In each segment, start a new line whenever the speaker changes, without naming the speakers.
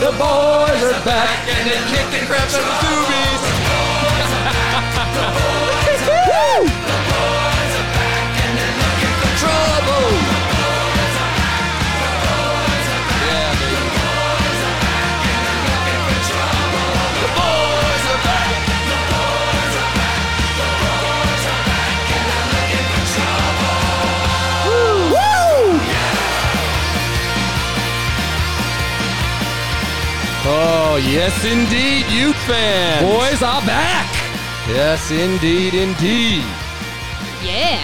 The boys are back.
And they kicked the crap out of the Zoomies. Trouble. Yeah, baby. The boys are back. Oh, yes, indeed, youth fans.
Boys are back.
Yes, indeed, indeed.
Yeah.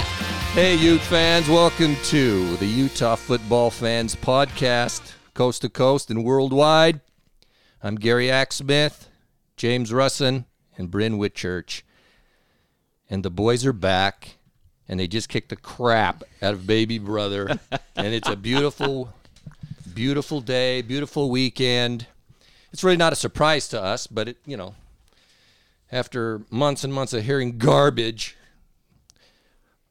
Hey, Ute fans, welcome to the Utah Football Fans Podcast, coast to coast and worldwide. I'm Gary Axsmith, James Russin, and Bryn Whitchurch. And the boys are back, and they just kicked the crap out of baby brother. and it's a beautiful, beautiful day, beautiful weekend. It's really not a surprise to us, but it, you know, after months and months of hearing garbage,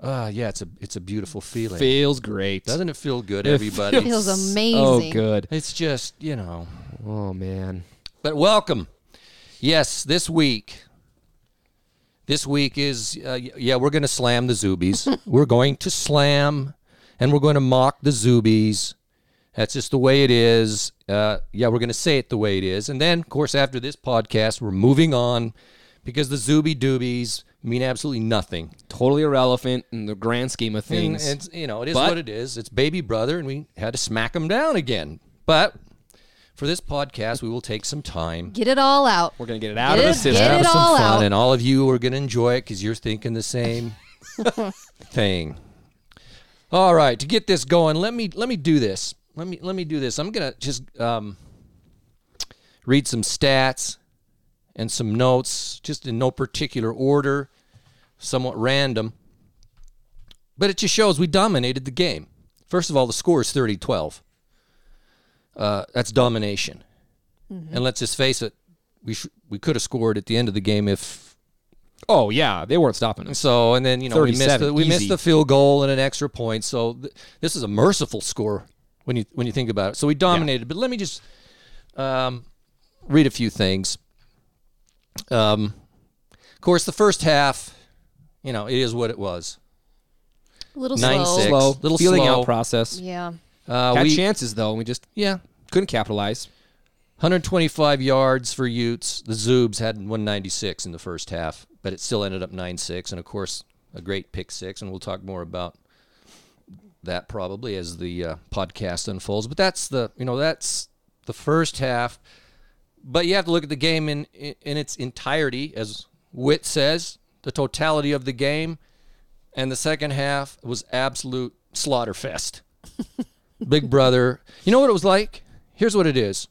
uh, yeah, it's a it's a beautiful feeling.
Feels great.
Doesn't it feel good, everybody?
feels-
Feels amazing.
Oh, good.
it's just, you know.
Oh, man.
But welcome. Yes, this week. This week is, uh, y- yeah, we're going to slam the Zubies. we're going to slam and we're going to mock the Zubies. That's just the way it is. Uh, yeah, we're going to say it the way it is. And then, of course, after this podcast, we're moving on because the Zuby Doobies mean absolutely nothing.
Totally irrelevant in the grand scheme of
And
things.
it's, you know, it is
But-
what it is. It's baby brother, and we had to smack him down again. But for this podcast, we will take some time.
Get it all out.
We're going to get it out
Get
of the
it-
system.
get
have
it
some
all
fun,
out.
and all of you are going to enjoy it because you're thinking the same thing. All right, to get this going, let me let me do this. Let me let me do this. I'm going to just um, read some stats and some notes, just in no particular order, somewhat random. But it just shows we dominated the game. First of all, the score is 30 12. Uh, that's domination. And let's just face it, we sh- we could have scored at the end of the game if
Oh, yeah. They weren't stopping us.
so. And then you know we missed
37,
the, we missed
easy.
the field goal and an extra point. So th- this is a merciful score when you when you think about it. So we dominated. But let me just um, read a few things. Um, of course, the first half, you know, it is what it was.
A little
Nine,
slow.
six.
Slow.
Little
feeling
slow.
out process.
Yeah.
Uh,
Had
we
chances, though, and we just
yeah,
couldn't capitalize.
125 yards for Utes. The Zoobs had 196 in the first half, but it still ended up 9 6. And of course, a great pick six. And we'll talk more about that probably as the uh, podcast unfolds. But that's the, you know, that's the first half. But you have to look at the game in, in, in its entirety, as Witt says, the totality of the game. And the second half was absolute slaughter fest. Big brother. You know what it was like? Here's what it is.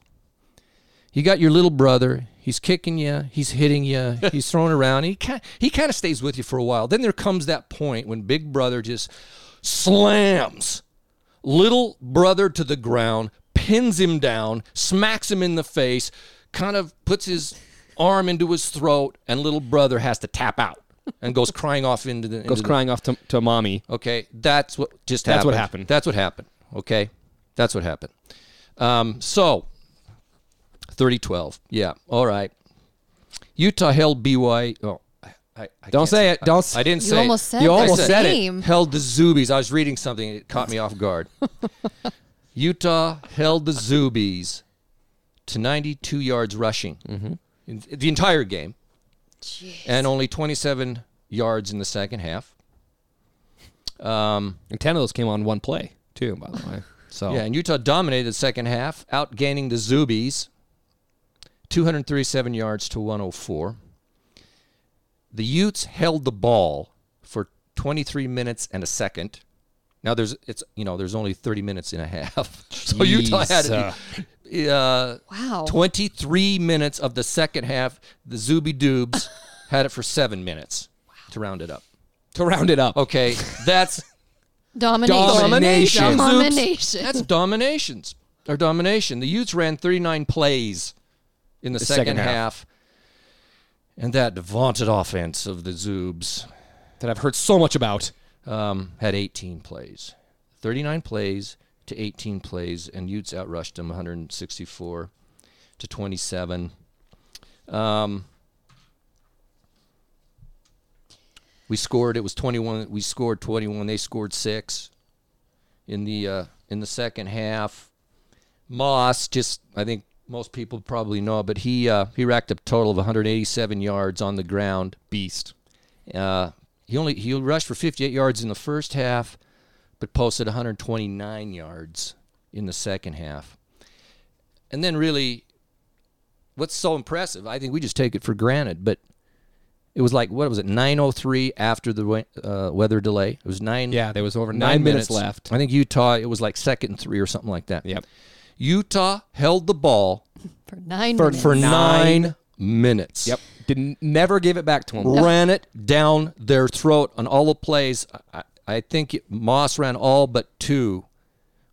You got your little brother. He's kicking you. He's hitting you. He's throwing around. He kind he kind of stays with you for a while. Then there comes that point when Big Brother just slams little brother to the ground, pins him down, smacks him in the face, kind of puts his arm into his throat, and little brother has to tap out and goes crying off into the
Goes
into the-
crying off to, to mommy.
Okay, that's what just happened.
That's what happened.
That's what happened. Okay, that's what happened. Um, so, 30 12. Yeah, all right. Utah held BY. Oh, I, I
Don't
can't
say it. Don't s-
I, I didn't
You
say
almost
it.
said You the
almost
said it. name.
Held the Zubies. I was reading something and it caught me off guard. Utah held the Zubies to 92 yards rushing
Mm-hmm.
in the entire game
Jeez.
and only 27 yards in the second half.
And 10 of those came on one play, too, by the way. So,
Yeah, and Utah dominated the second half, outgaining the Zubies 237 yards to 104. The Utes held the ball for 23 minutes and a second. Now there's it's you know there's only 30 minutes and a half. So Utah had uh,
Wow.
23 minutes of the second half. The Zuby Dubes had it for 7 minutes to round it up.
to round it up.
Okay, that's
Domination.
Domination.
Domination.
That's dominations or domination. The Utes ran 39 plays in the, second,
second
half. and that vaunted offense of the Zoobs
That I've heard so much about.
um, had 18 plays, 39 plays to 18 plays, and Utes outrushed them 164 to 27. Um, we scored. It was 21. We scored 21. They scored six in the uh, in the second half. Moss, just I think most people probably know, but he uh, he racked up a total of 187 yards on the ground.
Beast.
Uh, he only he rushed for 58 yards in the first half, but posted 129 yards in the second half. And then really, what's so impressive? I think we just take it for granted, but it was like what was it 9:03 after the we- uh, weather delay? It was nine.
Yeah, there was over nine minutes left.
I think Utah. It was like second and three or something like that.
Yep.
Utah held the ball
for nine
For-
minutes.
for
Nine.
nine minutes
Yep. Didn't never gave it back to him.
ran it down their throat on all the plays. I, I think it- Moss ran all but two.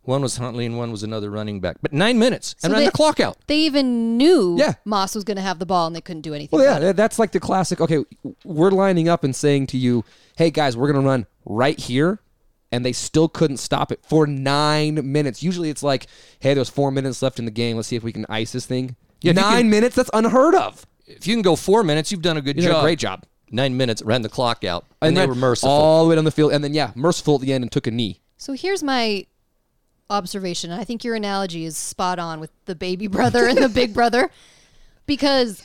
One was Huntley and one was another running back. But nine minutes and
So
ran
they-
the clock out.
They even knew
Yeah.
Moss was going to have the ball and they couldn't do anything.
Well, yeah,
about it.
that- that's like the classic. Okay, we're lining up and saying to you, "Hey guys, we're gonna run right here," and they still couldn't stop it for nine minutes. Usually, it's like, "Hey, there's four minutes left in the game. Let's see if we can ice this thing."
Yeah, if you
nine
can-
minutes? That's unheard of.
If you can go four minutes, you've done a good
You did
job.
a great job.
Nine minutes, ran the clock out. And, they
then
were merciful.
all the way down the field, and then yeah, merciful at the end and took a knee.
So here's my observation. I think your analogy is spot on with the baby brother and the big brother, because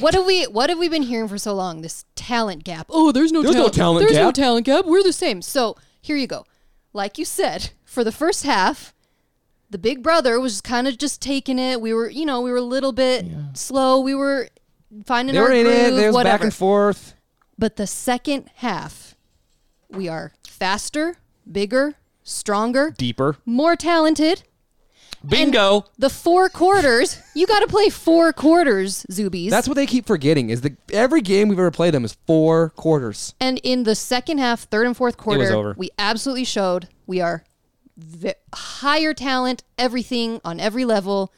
what have we what have we been hearing for so long? This talent gap. Oh, there's no
There's no talent
There's no
gap.
talent gap. We're the same. So here you go. Like you said, for the first half, the big brother was kind of just taking it. We were, you know, we were a little bit slow. We were finding
They
our
were in
groove.
it. They was
whatever.
back and forth.
But the second half, we are faster, bigger, stronger,
Deeper.
more talented.
Bingo.
The four quarters, you got to play four quarters, Zubies.
That's what they keep forgetting is the every game we've ever played them is four quarters.
and in the second half, third and fourth quarter,
over.
we absolutely showed we are v- higher talent, everything on every level.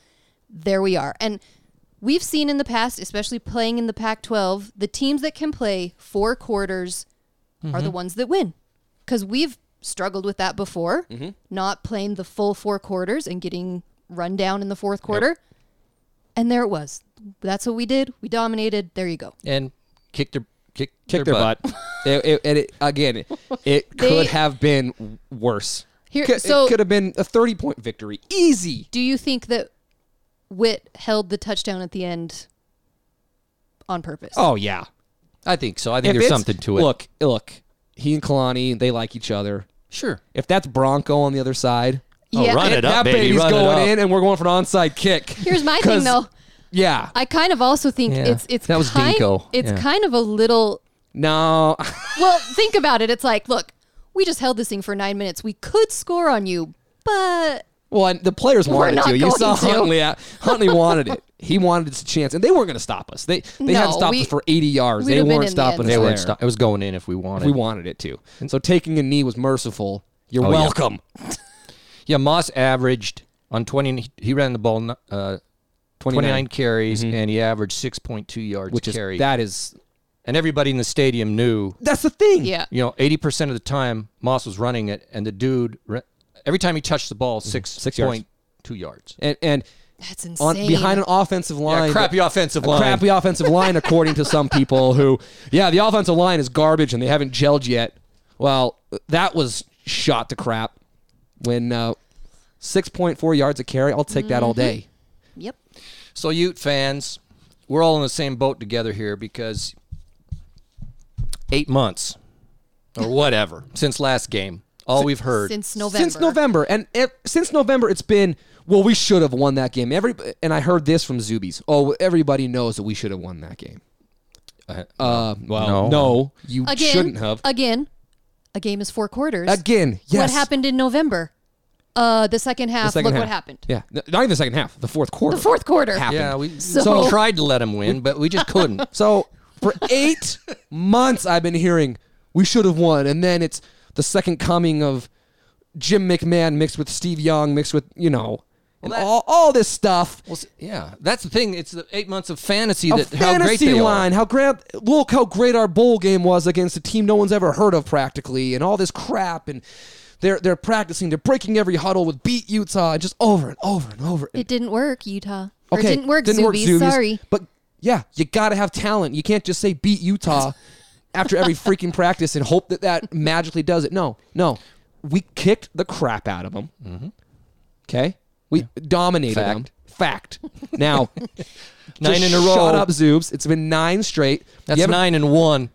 There we are. And we've seen in the past, especially playing in the Pac 12, the teams that can play four quarters are the ones that win. Because we've struggled with that before, not playing the full four quarters and getting run down in the fourth quarter. And there it was. That's what we did. We dominated. There you go.
and kicked their kick
Kicked their butt. it, it, and it, again, it
They-
could have been worse.
Here-
Could-
so-
it could have been a thirty-point victory, easy.
Do you think that Witt held the touchdown at the end on purpose?
Oh yeah,
I think so. I think there's something to it.
Look, look, he and Kalani, they like each other.
sure.
If that's Bronco on the other side,
Oh,
Yeah.
run
And
it up,
that
baby.
baby's
run it up.
going in, and we're going for an onside kick.
Here's my
'Cause-
thing though.
Yeah,
I kind of also think
Yeah.
it's it's
That was
kind,
Dinko.
It's
Yeah.
kind of a little
no,
well, think about it. It's like, look, we just held this thing for nine minutes. We could score on you, but
Well, and the players wanted
not
to. You
going
saw
to.
Huntley. Out. Huntley wanted it. He wanted his chance, and they weren't going to stop us. They they
No,
hadn't stopped
we-
us for 80 yards.
we'd
They
have been
weren't
in the end
stopping us.
They
zone.
there.
weren't stop. It was going in if we wanted.
We wanted it to. So taking a knee was merciful. You're
Oh, yeah.
welcome.
Yeah, Moss averaged on 20. He ran the ball uh, 29,
29.
carries, and he averaged 6.2 yards
Which is
carry.
that is
and everybody in the stadium knew,
that's the thing.
yeah.
you know, 80% of the time Moss was running it, and the dude, ra- every time he touched the ball, six
Mm-hmm. Six yards.
point two yards.
And and
That's insane.
on behind an offensive line.
Yeah, crappy offensive
a
line.
crappy offensive line, according to some people who, yeah, the offensive line is garbage and they haven't gelled yet. Well, that was shot to crap. When uh, 6.4 yards a carry, I'll take that all day.
yep.
So, Ute fans, we're all in the same boat together here because eight months or whatever since last game, all we've heard.
Since November.
Since November, and ev- since November, it's been well. We should have won that game. Every and I heard this from Zubies. Oh, everybody knows that we should have won that game.
Uh,
Uh,
no.
well, no, you
Again,
shouldn't have.
Again, a game is four quarters.
Again, yes.
What happened in November? Uh, the second half.
The second
look
half.
what happened.
Yeah, N- not even the second half. The fourth quarter.
The fourth quarter.
happened.
Yeah, we
So-
we tried to let him win, but we just couldn't.
So for eight months, I've been hearing we should have won, and then it's the second coming of Jim McMahon mixed with Steve Young mixed with you know, and
that-
all all this stuff.
Well, s- yeah, that's the thing. It's the eight months of fantasy
A
that how great
fantasy
they
line. How grand! Look how great our bowl game was against a team no one's ever heard of, practically, and all this crap. And they're they're practicing. They're breaking every huddle with beat Utah, and just over and over and over. And,
It didn't work, Utah. Or
Okay,
didn't work, Zubies. Sorry.
But yeah, you got to have talent. You can't just say beat Utah after every freaking practice and hope that that magically does it. No, no. We kicked the crap out of them.
Mm-hmm.
Okay, we dominated
Fact.
them. Fact. Now,
Nine
just
in a row.
Shut up, Zoobs. It's been nine straight.
That's
You haven't-
nine and one.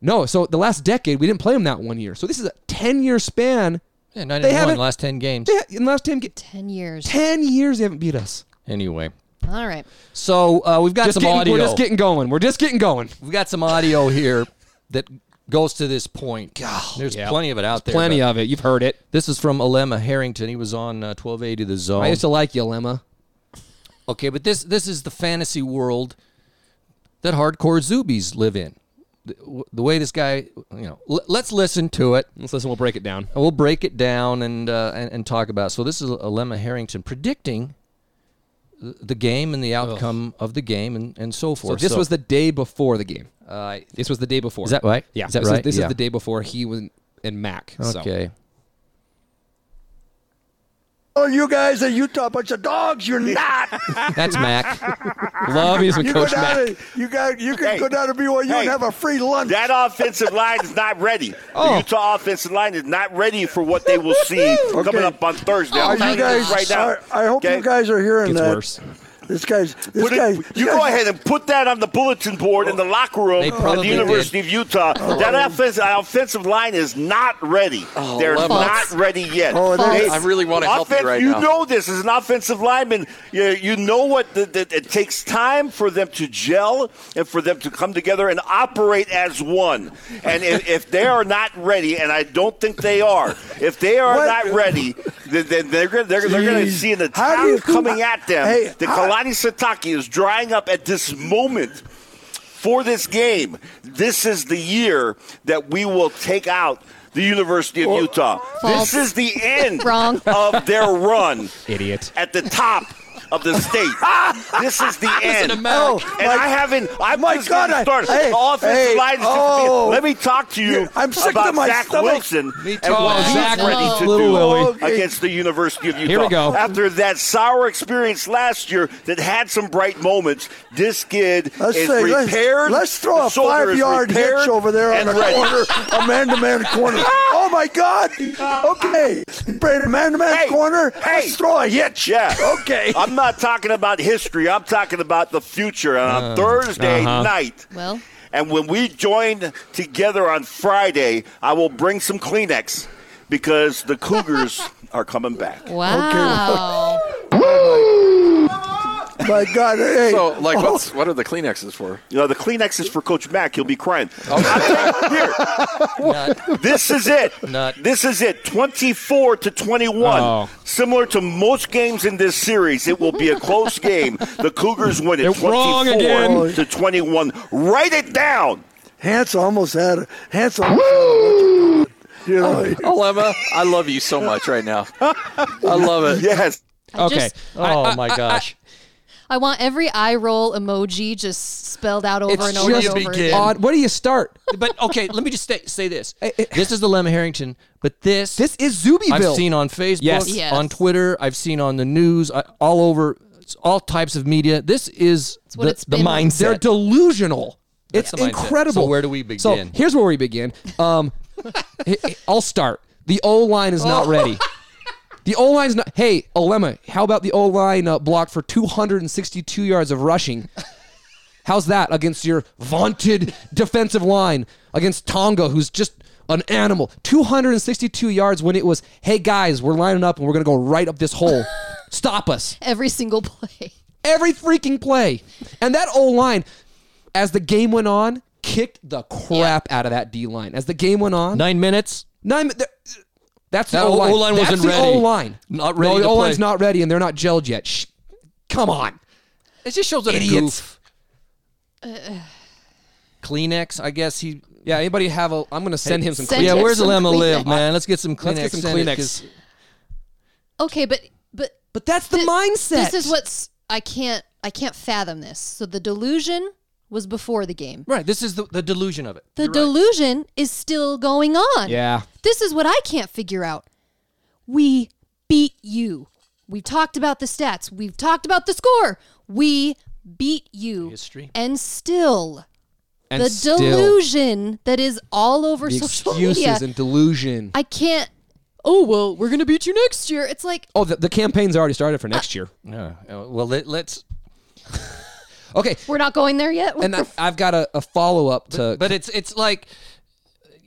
No, so the last decade we didn't play them that one year. So this is a ten-year span.
Yeah, nine
They
and one
haven't-
last ten games.
They ha- in the last ten, ga-
10 years.
ten years they haven't beat us.
Anyway,
All right.
so uh, we've got
Just
some
getting-
audio.
we're just getting going. We're just getting going.
we've got some audio here that goes to this point. There's
yeah.
plenty of it out there.
Plenty
but
of it. You've heard it.
This is from Alema Harrington. He was on uh, 1280 The Zone.
I used to like you, Lemma.
Okay, but this this is the fantasy world that hardcore Zubies live in. The, w- the way this guy, you know, l- let's listen to it.
Let's listen. We'll break it down.
And we'll break it down and uh, and, and talk about. It. So this is Alema Harrington predicting th- the game and the outcome of the game and, and so
So
forth.
this was the day before the game.
uh,
This was the day before.
Is that right?
Yeah.
Is that
this
right?
Is, this
Yeah.
is the day before he was in Mac. so.
okay.
Oh, you guys at Utah, bunch of dogs. You're not.
That's Mac.
Love is with
You
Coach
go down.
Mac.
And, you got. You can
Hey.
go down to BYU
Hey.
and have a free lunch.
That offensive line is not ready.
Oh.
The Utah offensive line is not ready for what they will see coming up on Thursday.
Are
I'm
you
telling
guys?
this right now.
are- I hope
Okay?
you guys are hearing
Gets
that.
worse.
This guy's. This
Put it-
guy's. this
you
guy's-
go ahead and put that on the bulletin board in the locker room
They
at the
probably
University of Utah.
Oh,
That offensive, offensive line is not ready. They're
False.
not ready yet.
Oh, it
False.
is.
I really want to help you
Offense-
right
you
now.
know this as an offensive lineman. You, you know what the, the, it takes time for them to gel and for them to come together and operate as one. And if, if they are not ready, and I don't think they are, if they are
What?
not ready, then, then they're going they're, they're going to
Jeez.
see an
How do you-
attack coming at them.
Hey,
the
how-
Kalani Sataki is drying up at this moment for this game. This is the year that we will take out the University of Utah.
False.
This is the end
Wrong.
of their run
Idiot.
at the top of the state. this is the end.
America.
Oh, and I haven't. I'm
my
just
God,
getting
I-
started.
hey,
the offensive
hey,
line is just
oh.
Let me talk to you
Yeah, I'm sick
about
to my
Zach
stomach.
Wilson
Me too.
and what he's
Zach
ready to
Little
do
Willie.
Okay.
against the University of Utah.
Here we go.
After that sour experience last year that had some bright moments, this kid
Let's
is
say, let's,
repaired.
let's throw a
his shoulder is
five-yard
repaired
hitch over there on
and
the
ready.
corner, a man-to-man corner. Oh my God! Okay, man-to-man
Hey,
corner.
hey.
Let's throw a hitch.
Yeah.
Okay.
I'm not talking about history. I'm talking about the future. And on
Uh,
Thursday
uh-huh.
night,
Well.
and when we join together on Friday, I will bring some Kleenex because the Cougars are coming back.
Wow.
my God. Hey.
So, like, what's what are the Kleenexes for?
You know, the Kleenex is for Coach Mack. He'll be crying.
Oh.
Here. This is it.
Nut.
This is it. 24 to 21.
Oh.
Similar to most games in this series, it will be a close game. The Cougars win it
They're wrong
24 to 21. Write it down.
Hans almost had it. Hans almost had it. You know,
Oh, Emma, I love you so much right now. I love it.
Yes.
I
okay.
just-
Oh my gosh.
I want every eye roll emoji just spelled out over
It's
and over
just
and over
begin.
again.
Odd. Where do you start?
but okay, let me just say, say this. This is the Lem Harrington, but Eh, this
This is Zubyville.
I've seen on Facebook,
Yes.
Yes.
on Twitter, I've seen on the news, I, all over it's all types of media. This is
what
the,
it's
the
been.
mindset.
They're delusional. It's
the mindset.
incredible.
So where do we
So
begin?
here's where we begin. Um, h- h- I'll start. The O line is
Oh.
not ready. The O line's not. Hey, Olema, how about the O line uh, block for 262 yards of rushing? How's that against your vaunted defensive line against Tonga, who's just an animal? 262 yards when it was, hey guys, we're lining up and we're gonna go right up this hole. Stop us
Every single play.
every freaking play. And that O line, as the game went on, kicked the crap out of that D line. As the game went on,
Nine minutes.
nine. th- that's the
That
O line.
O-line wasn't
that's
ready.
The O line.
Not ready
No, the
to
O line's
play.
not ready, and they're not gelled yet. Shh. Come on,
It just shows that
idiots.
Uh, Kleenex, I guess he.
Yeah, anybody have a? I'm gonna send him some.
send
Kleenex.
yeah,
him
where's
some
Alema live,
Kleenex.
man? Let's get some Kleenex.
Let's get some
send it,
Kleenex.
'cause
Okay, but but
But that's the
thi-
mindset.
This is what's I can't I can't fathom this. So the delusion was before the game.
Right. This is the, the delusion of it.
The delusion is still going on.
Yeah.
This is what I can't figure out. We beat you. We've talked about the stats. We've talked about the score. We beat you.
History.
And still,
And
the
still,
delusion that is all over
the
social
excuses
media.
and delusion.
I can't. Oh well, we're gonna beat you next year. It's like
oh, the, the campaign's already started for next year.
Yeah. Uh, Well, let, let's.
Okay,
we're not going there yet.
and I, I've got a, a follow up to.
But it's it's like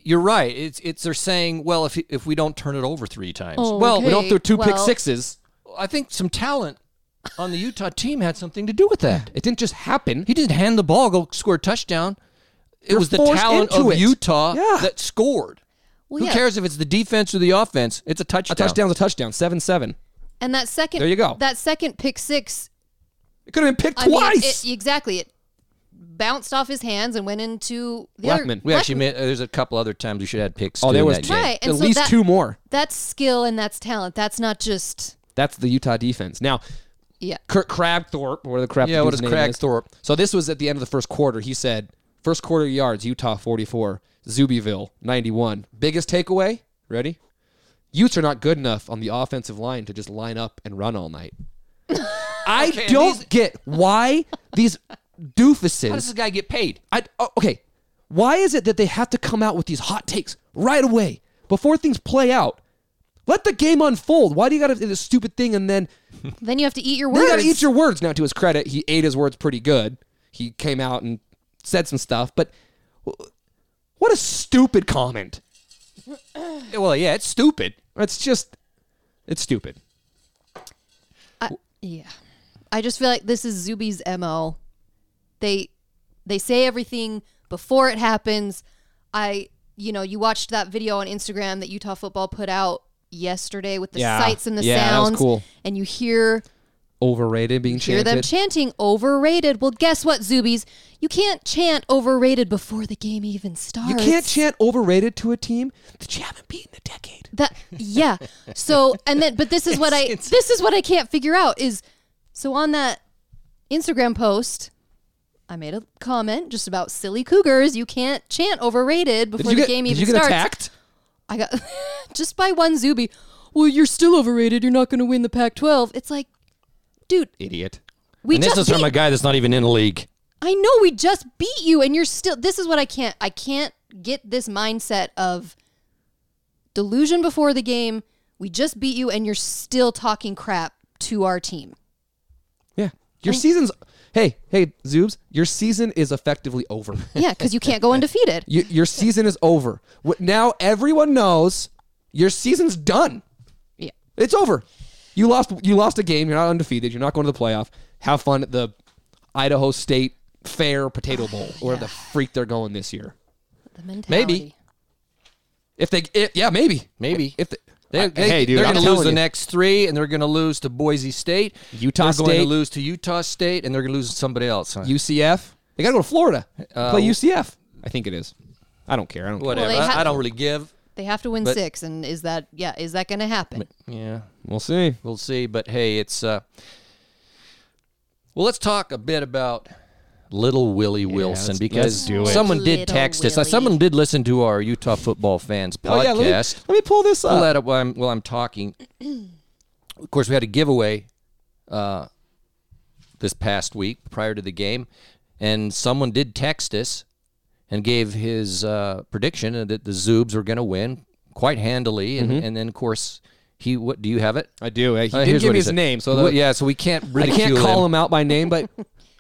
you're right. It's it's they're saying, well, if if we don't turn it over three times,
Oh,
well,
we don't
okay,
throw two pick
well-
sixes.
I think some talent on the Utah team had something to do with that.
It didn't just happen.
He didn't hand the ball, go score a touchdown. It was the
forced
talent
into
of
it.
Utah
Yeah.
that scored.
Well,
Who
yeah.
cares if it's the defense or the offense? It's a
A
touchdown.
touchdown's a touchdown. Seven seven.
And that second,
There you go.
That second pick six,
It could have been picked
I mean,
twice.
it, exactly. It bounced off his hands and went into the
Blackman.
Other,
We actually made. uh, There's a couple other times we should have had picks.
oh,
too
there
in
was
that game.
Right, and
at
so
least
that-
two more.
That's skill and that's talent. That's not just
That's the Utah defense. Now,
yeah.
Kirk Crabthorpe, or the crap.
Yeah,
the
what
dude's
is
name
Cragthorpe?
So this was at the end of the first quarter. He said, first quarter yards, Utah 44, Zubyville 91. Biggest takeaway? Ready? Utes are not good enough on the offensive line to just line up and run all night. I don't get why these doofuses.
How does this guy get paid?
I oh, okay. Why is it that they have to come out with these hot takes right away before things play out? Let the game unfold. Why do you got to do this stupid thing and then
Then you have to eat your
you
words.
got to eat your words? Now, to his credit, he ate his words pretty good. He came out and said some stuff, but w- what a stupid comment!
Well, yeah, it's stupid.
It's just, it's stupid.
I, yeah. I just feel like this is Zuby's MO. They they say everything before it happens. I you know, you watched that video on Instagram that Utah football put out yesterday with the
Yeah.
sights and the
Yeah, that was
sounds
cool.
and you hear
Overrated being
hear
chanted.
them chanting overrated. Well, guess what, Zubies? You can't chant overrated before the game even starts.
you can't chant overrated to a team that you haven't beaten in a decade.
That yeah. So and then but this is what I this is what I can't figure out is so on that Instagram post I made a comment just about silly cougars. You can't chant overrated before
Did you
the
get,
game
did
even
you get
starts.
attacked?
I got just by one Zuby. Well, you're still overrated. You're not going to win the Pac-12. It's like, dude,
Idiot.
we
and
just
this is from
beat-
a guy that's not even in the league.
I know we just beat you and you're still this is what I can't I can't get this mindset of delusion before the game. We just beat you and you're still talking crap to our team.
Yeah. Your season's hey, hey, Zoobs, your season is effectively over.
Yeah, cuz you can't go undefeated.
Y- your season is over. What now everyone knows your season's done.
Yeah.
It's over. You lost you lost a game, you're not undefeated, you're not going to the playoff. Have fun at the Idaho State Fair Potato Bowl or the freak they're going this year.
The mentality.
If they i yeah, maybe.
Maybe.
If they,
They,
I-
they,
hey, dude,
they're
I'm
going to lose
telling
the
you.
next three, and they're going to lose to Boise State.
Utah
they're going
State.
to lose to Utah State, and they're going to lose to somebody else. Huh?
UCF, they got to go to Florida. play UCF. Uh, I think it is. I don't care. I don't care.
Whatever.
they
I-
ha-
I, don't really give.
They have to win 6 and is that yeah, is that going to happen?
Yeah,
We'll see.
we'll see. But hey, it's uh. Well, let's talk a bit about Little Willie Wilson
let's- let's
because
do it.
someone did
Little
text us. Uh,
Willie.
Someone did listen to our Utah football fans podcast.
Oh yeah, let me, let me pull this up.
pull that up while I'm, while I'm talking. of course, we had a giveaway uh, this past week prior to the game, and someone did text us and gave his uh, prediction that the Zoobs were going to win quite handily, and,
Mm-hmm.
and then of course he. What do you have it?
I do. Uh, He
Uh,
didn't
here's
give
what
me
he
his
said.
name, so the,
Well, yeah, so we can't.
I
Ridicule
can't call him. out by name, but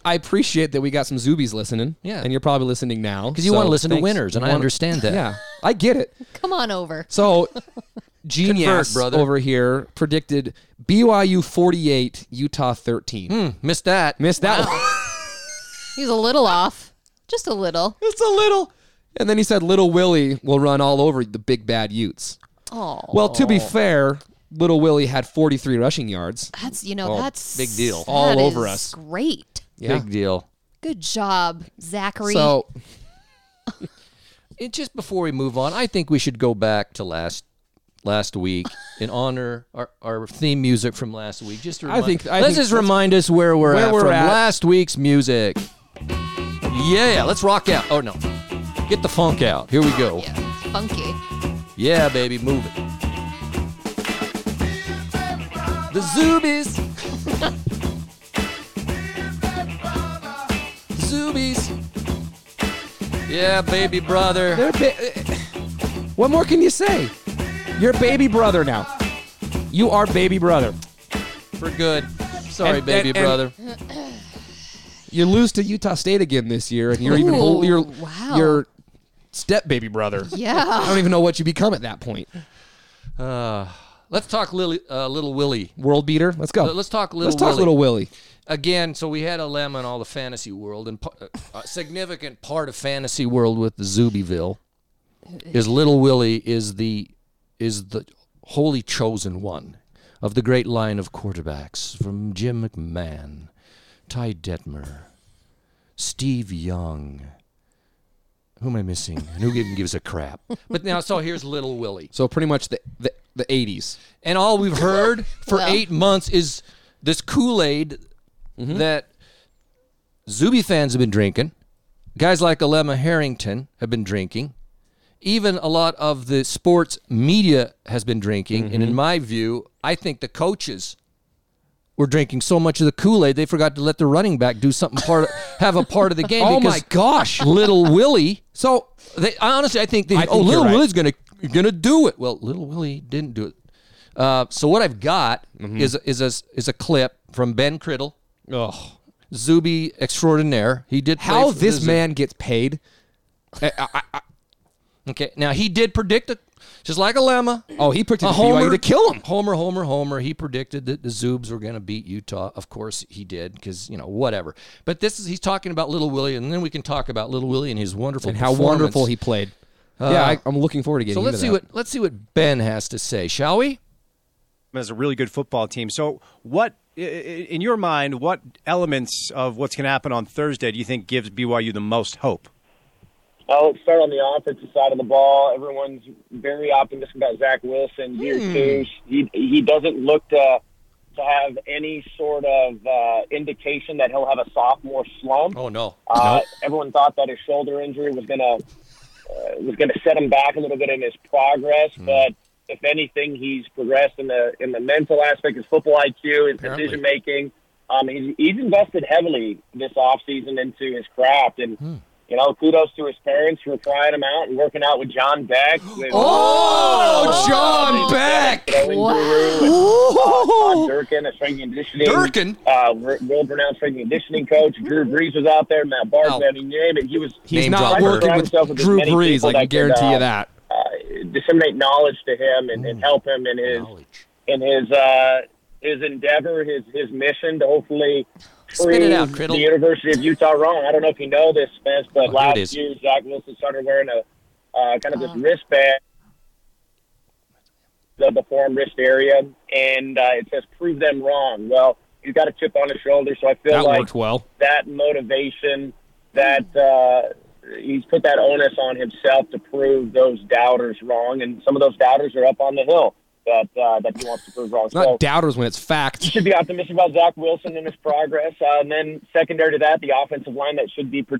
I appreciate that we got some Zubies listening.
Yeah.
and you're probably listening now
because you
so
want to listen to
thanks.
winners, and
You
I
wanna-
understand that.
Yeah, I get it.
Come on over.
So, genius
Convert, brother.
over here predicted BYU 48, Utah 13.
missed that.
Missed that one
He's a little off. Just a little.
just a little. And then he said, "Little Willie will run all over the big bad Utes."
Oh.
Well, to be fair, Little Willie had 43 rushing yards.
That's you know, that's
big deal.
that
All over
is
us.
Great.
Yeah.
Big deal.
Good job, Zachary.
So
it, just before we move on, I think we should go back to last last week and honor our, our theme music from last week. Just to
I
remind,
think- I
let's
think
just
that's-
remind us where we're
where
at
we're
from
at.
last week's music. Yeah, let's rock out. Oh no, get the funk out. Here we go.
yeah, funky.
Yeah, baby, move it. The Zoobies. Zoobies. Yeah, baby brother.
They're ba- what more can you say? You're baby brother now. You are baby brother.
For good. Sorry,
And-
baby
and- and-
brother.
You lose to Utah State again this year, and you're even
Ooh,
whole, you're
wow.
your step baby brother. I
Yeah.
don't even know what you become at that point.
Let's talk Lily, uh, Little Willie.
World beater. Let's go.
Let- let's talk Little
Oh. Let's talk
Willie.
little Willie.
Again, so we had a lem on all the fantasy world, and pa- uh, a significant part of fantasy world with the Zoobieville is Little Willie is the is the holy chosen one of the great line of quarterbacks from Jim McMahon, Ty Detmer, Steve Young. Who am I missing? And who even gives a crap? But now, so here's Little Willie.
So pretty much the the, the 80s.
and all we've heard for
Well.
eight months is this Kool Aid
Mm-hmm.
that Zuby fans have been drinking. Guys like Alema Harrington have been drinking. Even a lot of the sports media has been drinking. And
Mm-hmm.
in my view, I think the coaches were drinking so much of the Kool Aid they forgot to let the running back do something part of, have a part of the game.
Oh my
gosh, Little Willie.
So
They, honestly, I think they.
I
oh,
think
Little
you're right.
Willie's gonna gonna do it. Well, Little Willie didn't do it. Uh, so what I've got
Mm-hmm.
is is a is a clip from Ben Criddle,
oh,
Zuby extraordinaire. He did play
how
for
this
the Zoo-
man gets paid.
Okay, now he did predict it, just like a llama.
Oh, he predicted
a
BYU
homer
to kill him.
Homer, Homer, Homer. He predicted that the Zoobs were going to beat Utah. Of course, he did because you know whatever. But this is he's talking about Little Willie, and then we can talk about Little Willie and his wonderful
And how
performance. Uh,
wonderful he played. yeah, I, I'm looking forward to getting
So let's
into
see
that.
what let's see what Ben has to say, shall we?
as a really good football team. So, what i- i- in your mind, what elements of what's going to happen on Thursday do you think gives BYU the most hope?
Well, let's start on the offensive side of the ball. Everyone's very optimistic about Zach Wilson year two. He he doesn't look to to have any sort of uh, indication that he'll have a sophomore slump.
Oh no.
Uh, Everyone thought that his shoulder injury was gonna uh, was gonna set him back a little bit in his progress,
Hmm.
but if anything, he's progressed in the in the mental aspect, his football IQ, his
Apparently.
decision making. Um, he's he's invested heavily this off season into his craft, and
Hmm.
you know, kudos to his parents for trying him out and working out with John Beck. With,
Oh, John Beck.
Throwing guru and Durkin, a strength and conditioning.
Durkin?
uh, world renowned strength and conditioning coach. Drew Brees was out there. Matt Barnes,
Oh.
I mean, you name it. He was.
He's
Name
not
dropper.
working
Surround yourself
with
with as
Drew
many
Brees.
people
I can
that could,
guarantee you
uh,
that.
uh, disseminate knowledge to him and,
Mm.
and help him in his in his uh, his endeavor, his his mission to hopefully
Spit it out,
prove
Criddle.
the University of Utah wrong. I don't know if you know this, Spence, but
Oh, here it is.
last year Zach Wilson started wearing a uh, kind of this wristband. The deformed wrist area, and uh, it says "prove them wrong." Well, he's got a chip on his shoulder, so I feel
That
like
worked well.
that motivation, that uh, he's put that onus on himself to prove those doubters wrong, and some of those doubters are up on the hill that uh, that he wants to prove wrong.
It's not
so
doubters when it's
you
fact.
should be optimistic about Zach Wilson and his progress, uh, and then secondary to that, the offensive line that should be. Pre-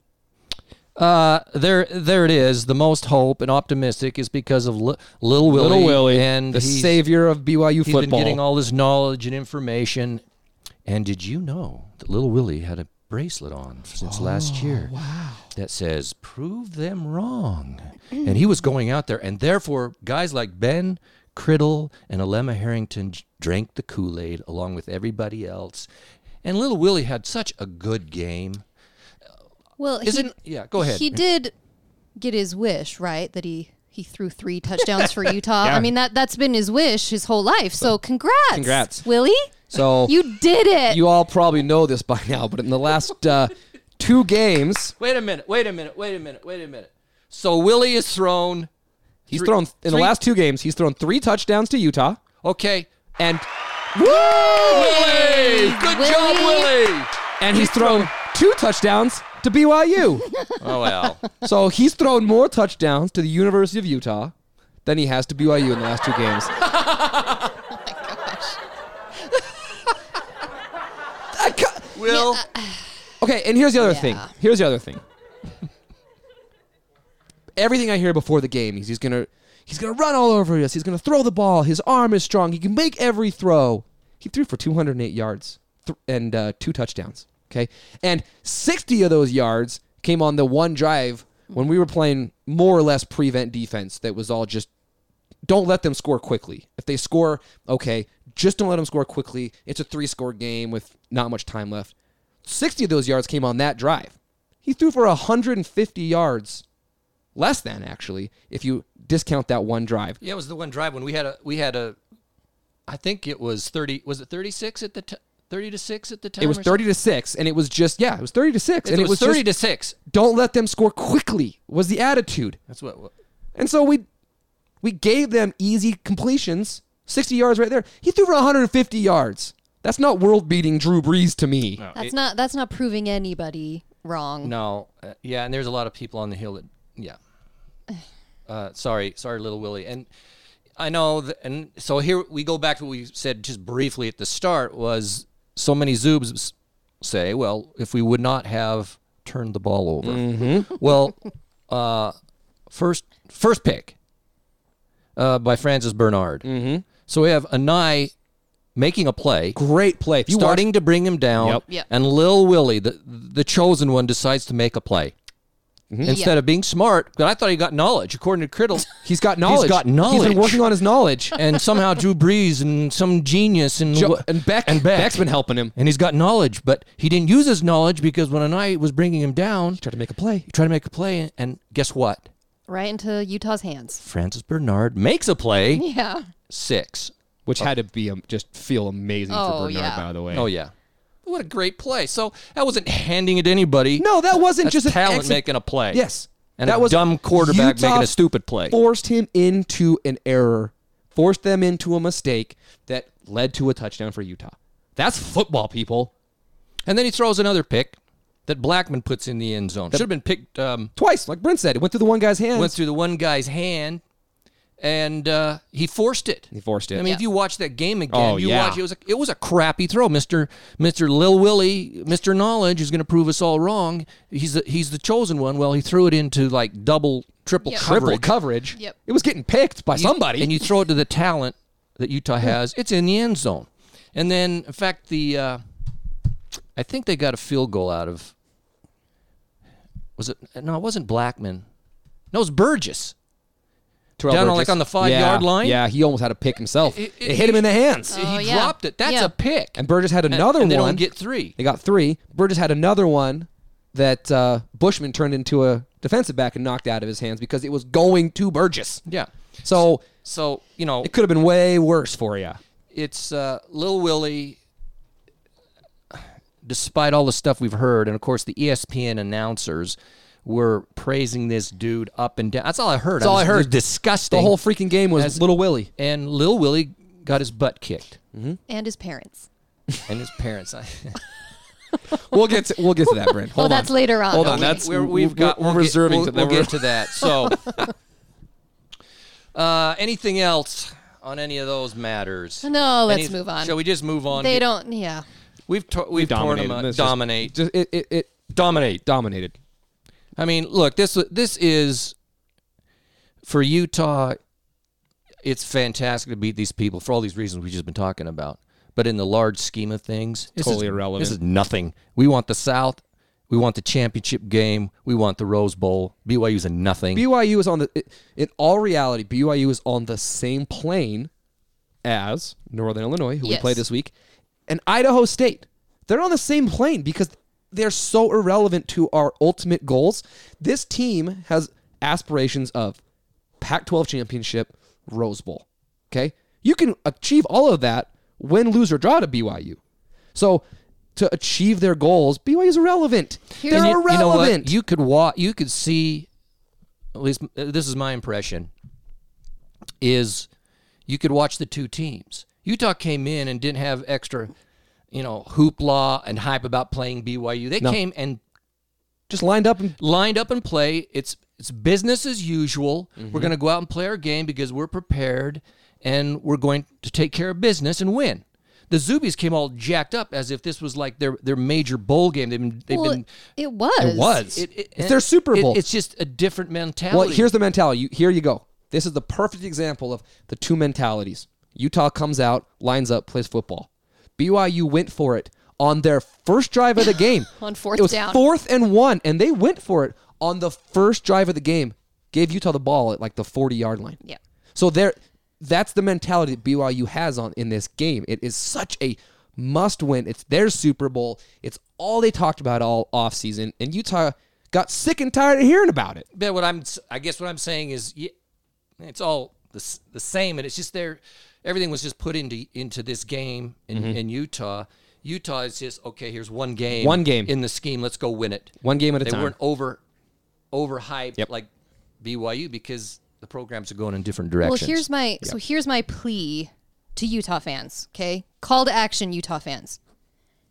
Uh, there, there it is. The most hope and optimistic is because of Li- Little Willie.
Little Willie,
and
the
he's-
savior of
He's
BYU
been
football.
getting all this knowledge and information. And did you know that Little Willie had a bracelet on since last year? Oh, Wow. That says "Prove them wrong," and he was going out there, and therefore guys like Ben Criddle and Alema Harrington j- drank the Kool Aid along with everybody else. And Little Willie had such a good game.
Well, he-
Isn't- yeah, go ahead.
He did get his wish, right? That he he threw three touchdowns for Utah. I mean that that's been his wish his whole life. So congrats,
Congrats.
Willie.
so
You did it.
you all probably know this by now, but in the last uh, two games,
Wait a minute. Wait a minute. Wait a minute. Wait a minute. So Willie is thrown.
he's
Three-
thrown in the
three-
last two games, he's thrown three touchdowns to Utah.
Okay.
And
Willie. Good job,
Willie!
Willie.
and he's thrown two touchdowns to BYU.
Oh well.
so he's thrown more touchdowns to the University of Utah than he has to BYU in the last two games.
Oh,
I ca-
Will.
Okay, and here's the other thing.
Yeah.
Here's the other thing. Everything I hear before the game is he's gonna he's gonna run all over us. He's gonna throw the ball. His arm is strong. He can make every throw. He threw for 208 yards th- and uh, two touchdowns. Okay, and 60 of those yards came on the one drive when we were playing more or less prevent defense that was all just don't let them score quickly. If they score, okay, just don't let them score quickly. It's a three score game with not much time left. 60 of those yards came on that drive. He threw for 150 yards, less than actually, if you discount that one drive.
Yeah, it was the one drive when we had a we had a. I think it was thirty. Was it thirty six at the t- thirty to six at the time?
It was
or something?
30 to 6, and it was just, yeah, it was 30 to 6. and
it, was thirty
just,
to six.
Don't let them score quickly, was the attitude.
That's what.
And so we we gave them easy completions, 60 yards right there. He threw for 150 yards. That's not world beating Drew Brees to me.
That's not that's not proving anybody wrong.
No, uh, yeah, and there's a lot of people on the hill that, yeah. Uh, sorry, sorry, little Willie, and I know, th- and so here we go back to what we said just briefly at the start was so many zoobs s- say, well, if we would not have turned the ball over, well, uh, first first pick uh, by Francis Bernard, mm-hmm. so we have Anai making a play,
Great play. If you watch-
starting to bring him down.
Yep.
Yep.
And Lil Willie, the the chosen one, decides to make a play
Mm-hmm.
instead of being smart. But I thought he got knowledge, according to Criddle.
he's got knowledge.
got
He's
knowledge.
been working on his knowledge.
and somehow Drew Brees and some genius and
Jo-
wha-
and Beck.
and Beck
Beck's been helping him.
And he's got knowledge, but he didn't use his knowledge because when Anai was bringing him down, he
Tried to make a play.
tried to make a play, and guess what?
Right into Utah's hands.
Francis Bernard makes a play.
Yeah.
Six.
Which had to be um, just feel amazing
Oh,
for Bernard,
yeah.
by the way.
Oh yeah. What a great play! So that wasn't handing it to anybody.
No, that wasn't
That's
just an
talent
exit-
making a play.
Yes.
and
that
a
was
dumb quarterback
Utah
making a stupid play.
Forced him into an error, forced them into a mistake that led to a touchdown for Utah. That's football, people.
And then he throws another pick that Blackman puts in the end zone. Should have been picked. Um,
Twice, like Brent said, it went through the one guy's hands.
went through the one guy's hand, and uh, he forced it.
He forced it.
I mean, if you watch that game again,
Oh,
you
yeah.
watch it was a, it was a crappy throw, Mister Mister Lil Willie, Mister Knowledge is going to prove us all wrong. He's the, he's the chosen one. Well, he threw it into like double, triple,
Yep.
triple
coverage.
coverage.
Yep.
It was getting picked by
You-
somebody.
and you throw it to the talent that Utah has. It's in the end zone, and then in fact the, uh, I think they got a field goal out of. Was it no? It wasn't Blackman. No, it was Burgess.
Terrell
down on,
Burgess.
like, on the five-yard
Yeah,
line?
Yeah, he almost had a pick himself. It,
It- it-
hit him in the hands.
Oh,
he
yeah.
dropped it. That's
Yeah.
a pick.
and Burgess had
And-
another
and they don't
one.
get three.
They got three. Burgess had another one that uh, Bushman turned into a defensive back and knocked out of his hands because it was going to Burgess.
yeah.
So
So you know
it could have been way worse for you.
it's uh, Lil Willie. Despite all the stuff we've heard, and of course the E ESPN announcers were praising this dude up and down. That's all I heard. That's
all I heard.
Disgusting.
The whole freaking game was
As-
Little Willie.
and Lil Willie got his butt kicked,
And his parents.
and his parents. I,
We'll get to, we'll get to that, Brent.
Well,
Hold on.
that's later on.
Hold on.
Okay.
That's
we're, we've
we're-
got.
We're,
we'll get-
reserving.
We'll,
to,
we'll get to that. So, uh, anything else on any of those matters?
No, let's
Any-
move on.
Shall we just move on?
They don't yeah.
We've to, we've torn them up.
This is-
Dominate.
Just, it, it, it
dominate.
dominated.
I mean, look, this this is for Utah. It's fantastic to beat these people for all these reasons we've just been talking about. But in the large scheme of things, this
Totally
is,
irrelevant.
This is nothing. We want the South. We want the championship game. We want the Rose Bowl. BYU's a nothing.
BYU is on the in all reality, BYU is on the same plane as Northern Illinois, who we
Yes.
play this week, and Idaho State. They're on the same plane because they're so irrelevant to our ultimate goals. This team has aspirations of Pac-12 championship, Rose Bowl. Okay, you can achieve all of that win, lose, or draw to BYU. So to achieve their goals, BYU is irrelevant.
And
they're
you,
irrelevant.
you know what? You could walk. You could see. At least uh, this is my impression. Is you could watch the two teams. Utah came in and didn't have extra, you know, hoopla and hype about playing BYU. They came and
Just lined up and
lined up and play. It's it's business as usual. We're going to go out and play our game because we're prepared and we're going to take care of business and win. The Zubies came all jacked up as if this was like their their major bowl game. They've been, they've
well,
been
it was.
it- it-
It's their Super
it-
Bowl.
it's just a different mentality.
Well, here's the mentality. You, here you go. This is the perfect example of the two mentalities. Utah comes out, lines up, plays football. BYU went for it on their first drive of the game.
On fourth
it was
down.
fourth and one, and they went for it on the first drive of the game. Gave Utah the ball at like the forty yard line.
Yeah.
So there, that's the mentality that BYU has on in this game. It is such a must win. It's their Super Bowl. It's all they talked about all offseason, and Utah got sick and tired of hearing about it.
But what I'm, I guess what I'm saying is, y- it's all the, s- the same, and it's just there. Everything was just put into into this game in, in Utah. Utah is just okay. Here's one game,
One game.
in the scheme. Let's go win it.
One game at a
they
time.
weren't over overhyped
Yep.
like BYU because the programs are going in different directions.
Well, here's my so here's my plea to Utah fans. Okay, call to action, Utah fans.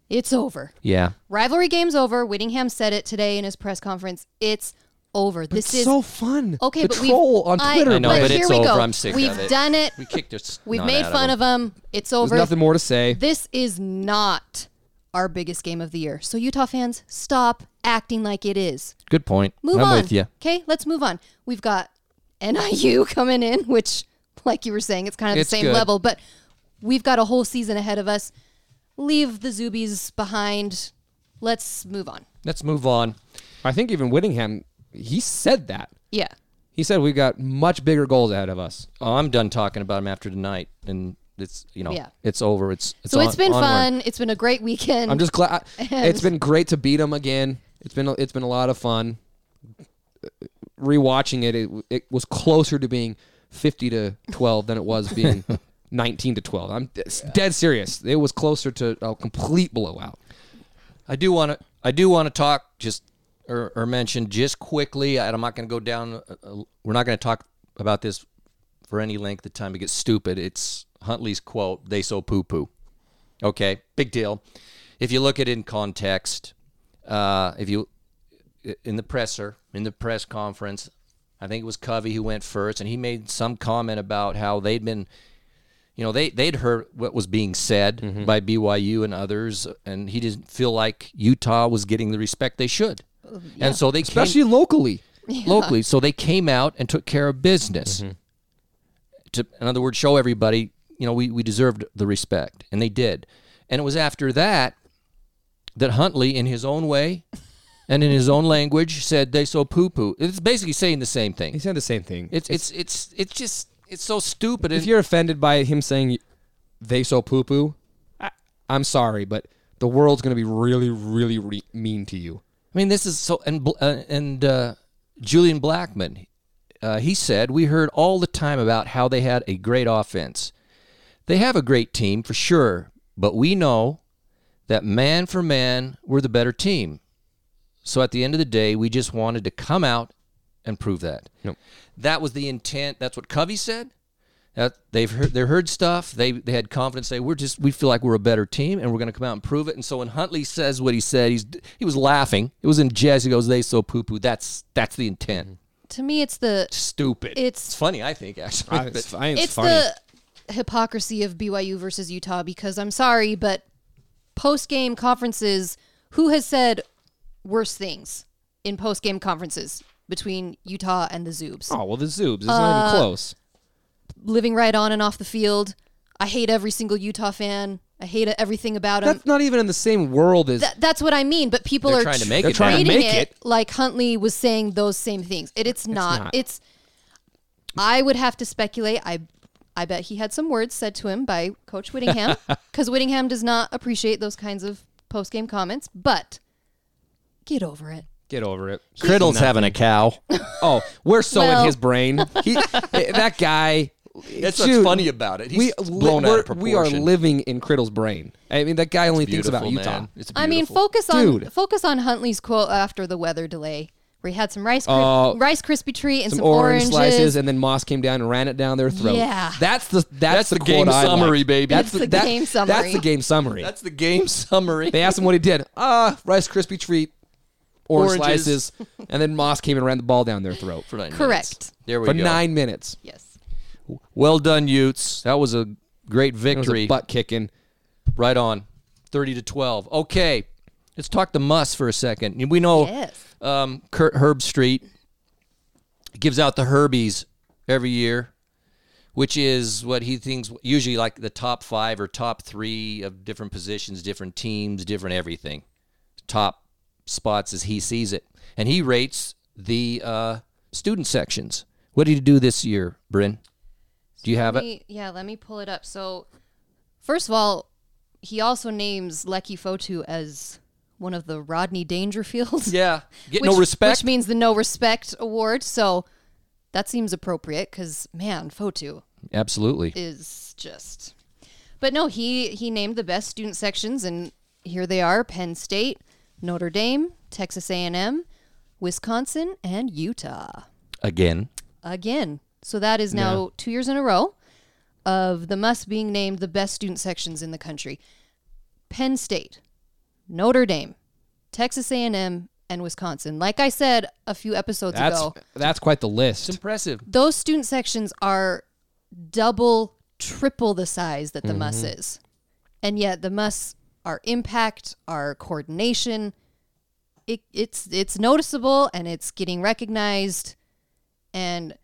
It's over.
yeah.
Rivalry game's over. Whittingham said it today in his press conference. It's over. this
It's
is
so fun.
okay,
the
but we
troll on Twitter.
I know,
Brett.
but
here
it's
we
over.
Go.
I'm sick
We've
of it.
done it.
We kicked our. s-
We've
snot
made
out
fun of them. It's over.
There's nothing more to say.
This is not our biggest game of the year. So Utah fans, stop acting like it is.
Good point.
Move
I'm
on.
with you.
Okay, let's move on. We've got NIU coming in, which, like you were saying, it's kind of
It's
the same
good.
level, but we've got a whole season ahead of us. Leave the Zubies behind. Let's move on.
Let's move on.
I think even Whittingham, he said that.
Yeah.
He said we've got much bigger goals ahead of us.
Oh, I'm done talking about him after tonight, and it's you know
Yeah.
it's over. It's, it's
So it's
on-
been
onward.
fun. It's been a great weekend.
I'm just glad. It's been great to beat him again. It's been it's been a lot of fun. Rewatching it, it, it was closer to being 50 to 12 than it was being 19 to 12. I'm it's dead serious. It was closer to a complete blowout.
I do want to. I do want to talk just or, or mention just quickly. And I'm not going to go down. uh, Uh, we're not going to talk about this for any length of time. It gets stupid. It's Huntley's quote. They so poo poo. Okay, big deal. If you look at it in context, uh, if you in the presser in the press conference, I think it was Covey who went first, and he made some comment about how they'd been you know they they'd heard what was being said
Mm-hmm.
by BYU and others, and he didn't feel like Utah was getting the respect they should, and so they
Uh, Especially locally.
came locally. So they came out and took care of business.
Mm-hmm.
To in other words, show everybody you know we we deserved the respect, and they did. And it was after that that Huntley, in his own way. And in his own language, said they so poo poo. It's basically saying the same
He
thing.
said the same thing.
It's it's it's it's just it's so stupid.
if
and-
you're offended by him saying they so poo poo, I'm sorry, but the world's going to be really, really re- mean to you.
I mean, this is so. And Bl- uh, and uh, Julian Blackman, uh, he said we heard all the time about how they had a great offense. They have a great team for sure, but we know that man for man, we're the better team. So at the end of the day, we just wanted to come out and prove that. That was the intent. That's what Covey said. That they've heard, they heard stuff. They they had confidence. They we're just we feel like we're a better team, and we're going to come out and prove it. And so when Huntley says what he said, he's he was laughing. It was in jest. He goes, "They so poo poo." That's that's the
Mm-hmm.
intent.
to me, it's the
Stupid.
It's-
funny, I think actually. but-
it's, the hypocrisy of BYU versus Utah because I'm sorry, but post game conferences, who has said worse things in post game conferences between Utah and the Zoobs?
oh, well, the Zoobs. It's
Uh,
not even close.
Living right on and off the field. I hate every single Utah fan. I hate everything about them.
That's not even in the same world as.
Th- that's what I mean. But people
They're
are
trying to make
They're
it.
trying to
man.
treating
make
it,
it.
like Huntley was saying those same things. It, it's, not.
not.
It's. I would have to speculate. I, I bet he had some words said to him by Coach Whittingham because Whittingham does not appreciate those kinds of post game comments. But get over it.
Get over it.
Criddle's having a cow.
Oh, we're so
Well-
in his brain. He, eh, that guy.
That's
dude,
what's funny about it. He's
we
blown out of
we're-
proportion.
We are living in Criddle's brain. I mean, that guy only thinks about
Beautiful,
Utah.
man. It's
I mean,
beautiful.
focus on
Dude.
focus on Huntley's quote after the weather delay, where he had some rice cri-
Oh.
rice crispy treat and some,
Some orange
oranges.
slices, and then Moss came down and ran it down their throat.
Yeah.
that's the
That's
that's,
the game
quote I like.
summary, baby.
That's
That's the
that-
game summary.
That's the game summary.
That's the game summary.
they asked him what he did. Ah, Rice Krispie treat, orange
Oranges.
slices, and then Moss came and ran the ball down their throat
For nine
Correct.
minutes. There we
for
go.
nine minutes.
yes.
Well done, Utes. That was a great
It was
victory.
a butt kicking.
Right on. 30 to 12. Okay. Let's talk the muss for a second. We know
Yes.
um, Kurt Herb Street gives out the Herbies every year. which is what he thinks usually like the top five or top three of different positions, different teams, different everything, top spots as he sees it, and he rates the uh, student sections. What did he do this year, Bryn? Do you have
Let
it?
me, yeah, let me pull it up. So, first of all, he also names Lecky Fotu as one of the Rodney Dangerfields.
Yeah, get
which,
no respect.
Which means the No Respect Award. So, that seems appropriate because, man, Fotu
Absolutely.
is just. But no, he he named the best student sections, and here they are: Penn State, Notre Dame, Texas A&M, Wisconsin, and Utah
Again,
again. So that is now two years in a row of the must being named the best student sections in the country. Penn State, Notre Dame, Texas A&M, and Wisconsin. Like I said a few episodes
That's
ago,
that's quite the list.
impressive.
those student sections are double, triple the size that the
Mm-hmm.
must is. And yet the must are impact, our coordination. It, it's it's noticeable and it's getting recognized. And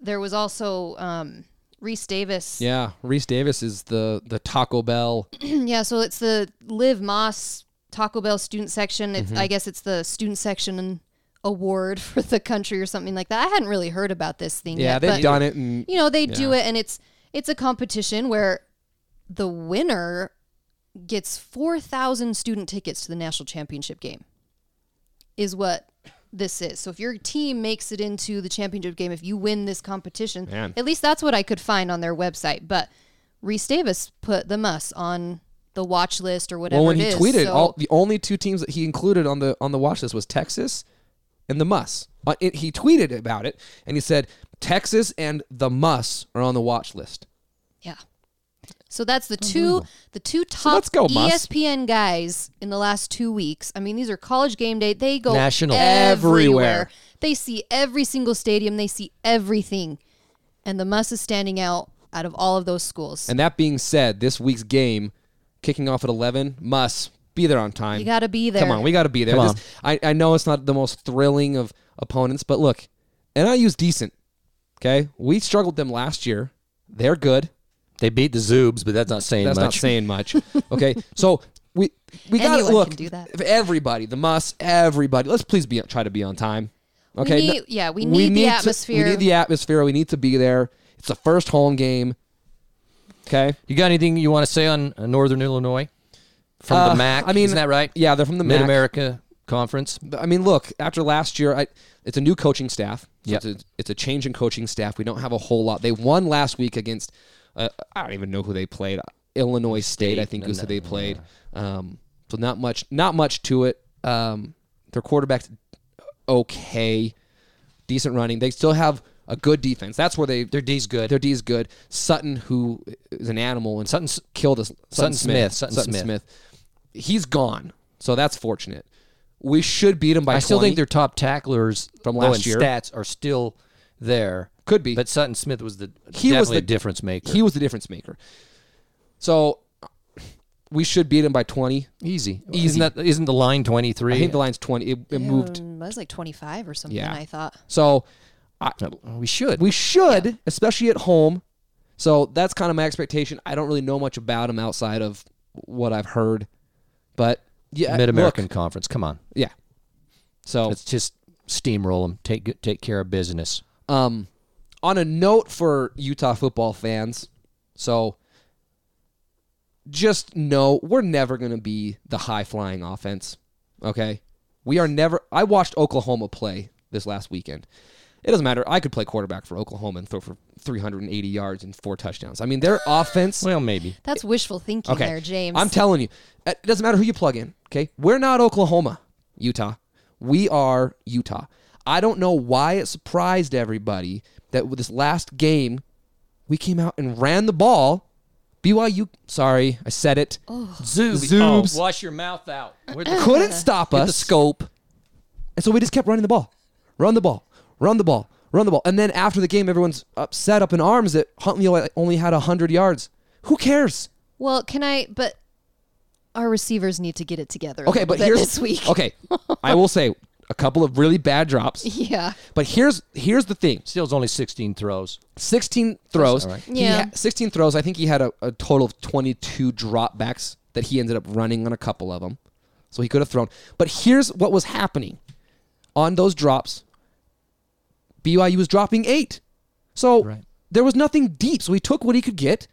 there was also um, Reese Davis.
Yeah, Reese Davis is the the Taco Bell.
Yeah, so it's the Liv Moss Taco Bell student section. It's,
Mm-hmm.
I guess it's the student section award for the country or something like that. I hadn't really heard about this thing
Yeah,
yet.
they've
but-
done it, and
you know they do it and it's it's a competition where the winner gets 4000 student tickets to the national championship game is what this is so if your team makes it into the championship game if you win this competition at least that's what i could find on their website but reese davis put the muss on the watch list or whatever
well, when
it
he
is,
tweeted,
so-
all the only two teams that he included on the on the watch list was Texas and the Muss. Uh, it- he tweeted about it, and he said Texas and the Muss are on the watch list.
Yeah. So that's the two the two top E
let's go, Musk.
ESPN guys in the last two weeks. I mean, these are college game day. They go
National.
everywhere.
Everywhere.
They see every single stadium. They see everything, and the Muss is standing out out of all of those schools.
And that being said, this week's game kicking off at eleven. Muss be there on time.
you got to be there.
Come on, we got to be there.
Come
This- I, I know it's not the most thrilling of opponents, but look, NIU's decent. Okay, we struggled them last year. They're good.
They beat the Zoobs, but that's not saying
That's
much.
not saying much. Okay, so we we got to
Anyone
look
can do that.
if everybody, the must, everybody. Let's please be try to be on time. Okay,
need-
No-
yeah, we need the
to-
atmosphere.
we need the atmosphere. We need to be there. It's the first home game. Okay,
You got anything you want to say on uh, Northern Illinois from
Uh,
the MAC?
I mean,
isn't that right?
yeah, they're from the
Mid
MAC.
America Conference.
But, I mean, look, after last year, I, it's a new coaching staff. So
Yep.
It's, a, it's a change in coaching staff. We don't have a whole lot. They won last week against, uh, I don't even know who they played. Illinois State, I think, was who they played. Um, so not much, not much to it. Um, their quarterback's okay, decent running. They still have a good defense. That's where they
Their D's good.
Their D's good. Sutton, who is an animal, and
Sutton's-
killed us.
Sutton Smith, Sutton Smith.
He's gone, so that's fortunate. We should beat him by.
I still
20.
think their top tacklers
From
though,
last
in
year.
stats are still there.
Could be.
but Sutton Smith was the
He was the-
the difference maker.
he was the difference maker. So we should beat him by twenty.
easy, Isn't that isn't the line twenty three?
I think the line's twenty. It, it moved.
Um, that was like twenty five or something.
Yeah.
I thought.
So
we should.
we should, especially at home. So that's kind of my expectation. I don't really know much about him outside of what I've heard, but yeah,
Mid American
Uh, look, Oh.
Conference. Come on,
yeah. So
let's just steamroll them. Take good- take care of business.
Um, on a note for Utah football fans, so just know we're never going to be the high flying offense. Okay, we are never. I watched Oklahoma play this last weekend. It doesn't matter. I could play quarterback for Oklahoma and throw for 380 yards and four touchdowns. I mean, their offense.
Well, maybe
That's wishful thinking, there, James.
I'm telling you, uh, it doesn't matter who you plug in. Okay, we're not Oklahoma, Utah. We are Utah. I don't know why it surprised everybody that with this last game, we came out and ran the ball. BYU, sorry, I said it. Oh,
Zoobs.
Zoobs.
wash your mouth out. Where the-
Couldn't stop us. scope. And so we just kept running the ball, run the ball, run the ball, run the ball. And then after the game, everyone's upset up in arms that Huntley only had 100 yards. Who cares?
well, can I? But our receivers need to get it together. a
Okay,
little
but
bit
here's
this week.
Okay, I will say a couple of really bad drops.
Yeah.
But here's here's the thing:
Steals only 16 throws.
16 throws.
all right.
He
Yeah.
ha- 16 throws. I think he had a, a total of 22 dropbacks that he ended up running on a couple of them. So he could have thrown. But here's what was happening on those drops BYU was dropping eight. So
Right.
there was nothing deep. So he took what he could get,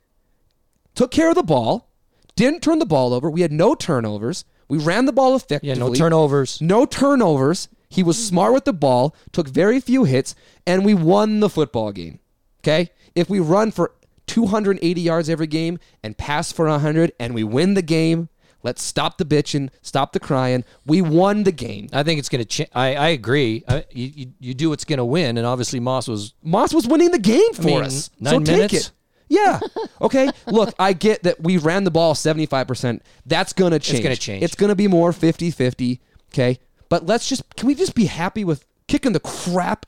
took care of the ball, didn't turn the ball over. We had no turnovers. We ran the ball
Yeah,
effectively.
no turnovers.
No turnovers. He was smart with the ball, took very few hits, and we won the football game. Okay? If we run for 280 yards every game and pass for 100 and we win the game, let's stop the bitching, stop the crying. We won the game.
I think it's going to change. I, I agree. I, you, you, you do what's going to win, and obviously Moss was.
Moss was winning the game for
mean,
us. so
nine minutes?
take it. Yeah. Okay. Look, I get that we ran the ball 75%. That's going to change.
gonna change.
It's going to be more 50 50. Okay. But let's just, can we just be happy with kicking the crap,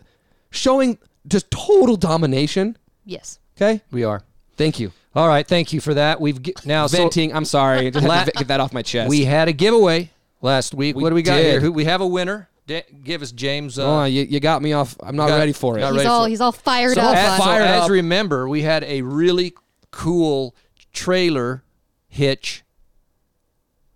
showing just total domination?
Yes.
Okay.
We are.
Thank you.
All right. Thank you for that. We've g- now so
Venting. I'm sorry. Just
La-
had to get that off my chest.
we had a giveaway last week. what do we got
did.
here? Who, we have a winner. Da- give us James. Uh,
oh, you, you got me off. I'm not
got-
ready for it.
got Not
He's
ready
all
for it.
he's all fired
So
up.
as,
on-
so
Fired
as
up.
remember, we had a really cool trailer hitch,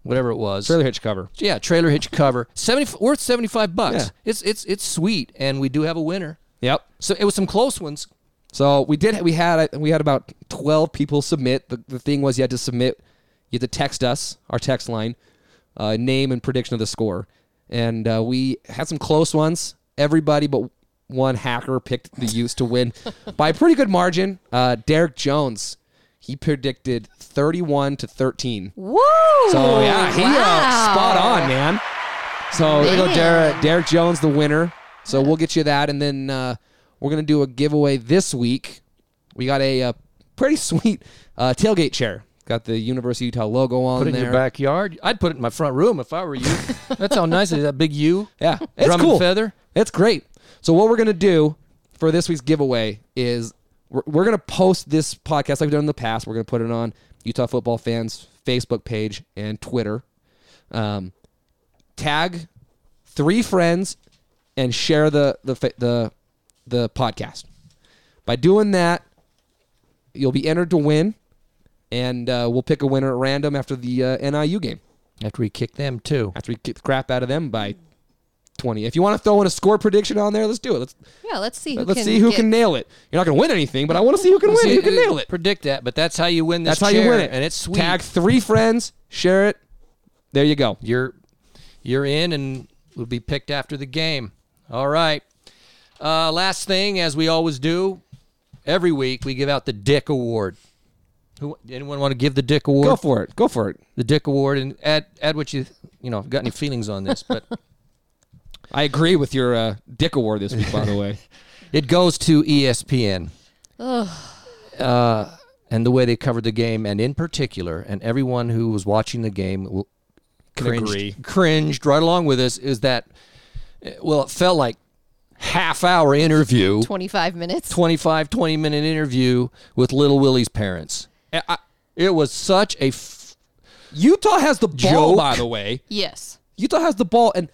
whatever it was.
Trailer hitch cover.
Yeah, trailer hitch cover. Seventy worth seventy five bucks.
Yeah.
It's it's it's sweet, and we do have a winner.
Yep.
So it was some close ones.
So we did. We had we had about twelve people submit. The, the thing was you had to submit. You had to text us our text line, uh, name and prediction of the score, and uh, we had some close ones. Everybody but one hacker picked the Utes to win by a pretty good margin. Uh, Derek Jones, he predicted thirty-one to thirteen.
Woo!
So yeah, he uh,
Wow.
spot on, man. So there you go,
Man.
Derek. Derek Jones, the winner. So we'll get you that, and then uh, we're gonna do a giveaway this week. We got a uh, pretty sweet uh, tailgate chair. Got the University of Utah logo on
Put it
there.
in your backyard. I'd put it in my front room if I were you. That's how nice it is. That big U.
Yeah, it's
Drum
cool.
and feather.
It's great. So what we're gonna do for this week's giveaway is we're, we're gonna post this podcast like we've done in the past. We're gonna put it on Utah Football Fans Facebook page and Twitter. Um, tag three friends and share the the fa- the the podcast. By doing that, you'll be entered to win, and uh, we'll pick a winner at random after the uh, NIU game
After we kick them too.
after we kick the crap out of them by 20. If you want to throw in a score prediction on there, let's do it. Let's
yeah, let's see who
let's
can
see who
get-
can nail it. You're not going to win anything, but I want to see who can win.
See,
who can nail it.
Predict that, but that's how you win this.
That's how you
chair,
win it.
and it's sweet.
Tag three friends, share it. There you go.
You're you're in, and will be picked after the game. All right. Uh, last thing, as we always do, every week we give out the Dick Award. Who anyone want to give the Dick Award?
Go for it. Go for it.
the Dick Award, and add add what you you know got any feelings on this, but
I agree with your uh, dick award this week, by the way.
it goes to E ESPN. Uh, and the way they covered the game, and in particular, and everyone who was watching the game will- cringed,
agree.
cringed right along with us, is that uh, well, it felt like half hour interview,
25 minutes.
25, 20 minute interview with little Willie's parents.
I- I-
It was such a f-
Utah has the ball,
Joke.
by the way.
yes.
Utah has the ball, and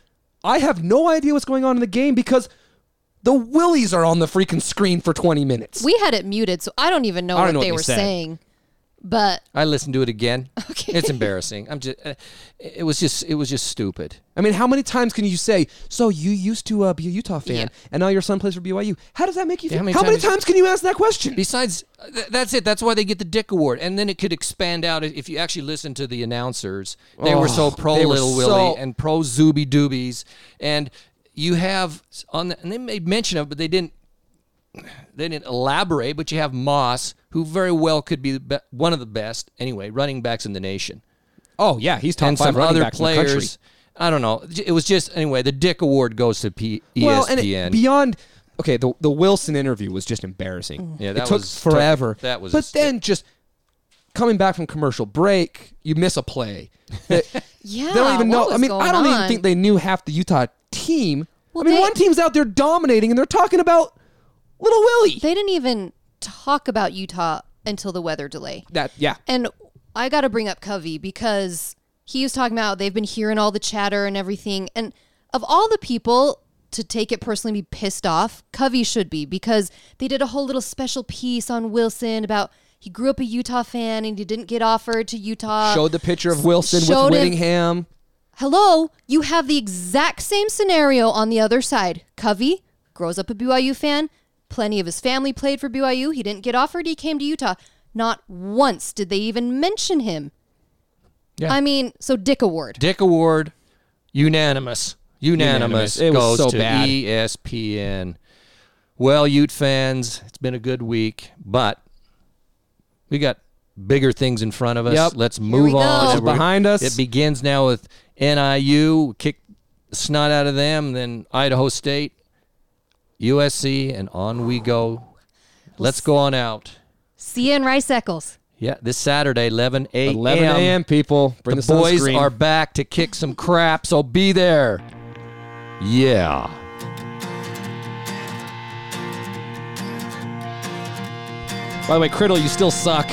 I have no idea what's going on in the game because the Willies are on the freaking screen for 20 minutes.
We had it muted, so I don't even know
I don't
what
know what
they
you
were
said.
saying. But
I listened to it again.
Okay.
It's embarrassing. I'm just. Uh, it was just. It was just stupid.
I mean, how many times can you say, "So you used to uh, be a Utah fan,
Yeah.
and now your son plays for BYU"? How does that make you feel?
how
how
many
many,
times-
times, can you ask that question?
Besides, th- that's it. That's why they get the Dick Award, and then it could expand out if you actually listen to the announcers. They were so pro
Oh, they were
Little
so-
Willie and pro Zooby Doobies, and you have on the, and they made mention of, it, but they didn't. They didn't elaborate, but you have Moss, who very well could be the be- one of the best anyway running backs in the nation.
Oh yeah, he's top
and
five
some
running
other
backs in the country.
players. I don't know. It was just anyway. The Dick Award goes to P- ESPN.
Well, and
E
it, beyond. Okay, the the Wilson interview was just
Mm.
embarrassing.
Yeah, that
it took
was-
forever.
that was a
But then just coming back from commercial break, you miss a play. They,
yeah,
they don't even
what
know. I
was
mean, I
going
don't even
on?
think they knew half the Utah team.
Well,
I mean,
they-
one team's out there dominating, and they're talking about little Willie.
they didn't even talk about Utah until the weather delay.
that yeah.
And I got to bring up Covey because he was talking about they've been hearing all the chatter and everything. And of all the people to take it personally, be pissed off, Covey should be because they did a whole little special piece on Wilson about he grew up a Utah fan and he didn't get offered to Utah.
Showed the picture of Wilson
showed
with
him-
Whittingham.
Hello, you have the exact same scenario on the other side. Covey grows up a BYU fan. Plenty of his family played for BYU. He didn't get offered. He came to Utah. Not once did they even mention him.
Yeah.
I mean, so Dick Award.
Dick Award, unanimous. Unanimous,
Unanimous. It
goes
was so
to E
bad.
ESPN. Well, Ute fans, it's been a good week, but we got bigger things in front of us.
Yep.
Let's
we
move
go.
on.
This is
We're-
behind us.
It begins now with NIU, kick the snot out of them, then Idaho State, USC, and on we go. Let's go on out.
See you in Rice Eccles.
Yeah, this Saturday, 11 a.m.
11 a.m. People, bring the,
the boys
sunscreen.
are back to kick some crap, so be there. Yeah.
By the way, Criddle, you still suck.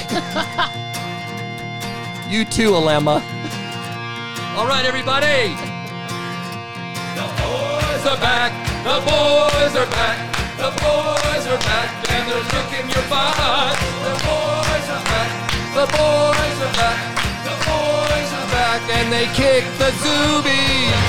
You too, Alema. All right, everybody. The boys are back. The boys are back. The boys are back. And they're looking your butt. The boys are back. The boys are back. The boys are back. And they kick the zoobies.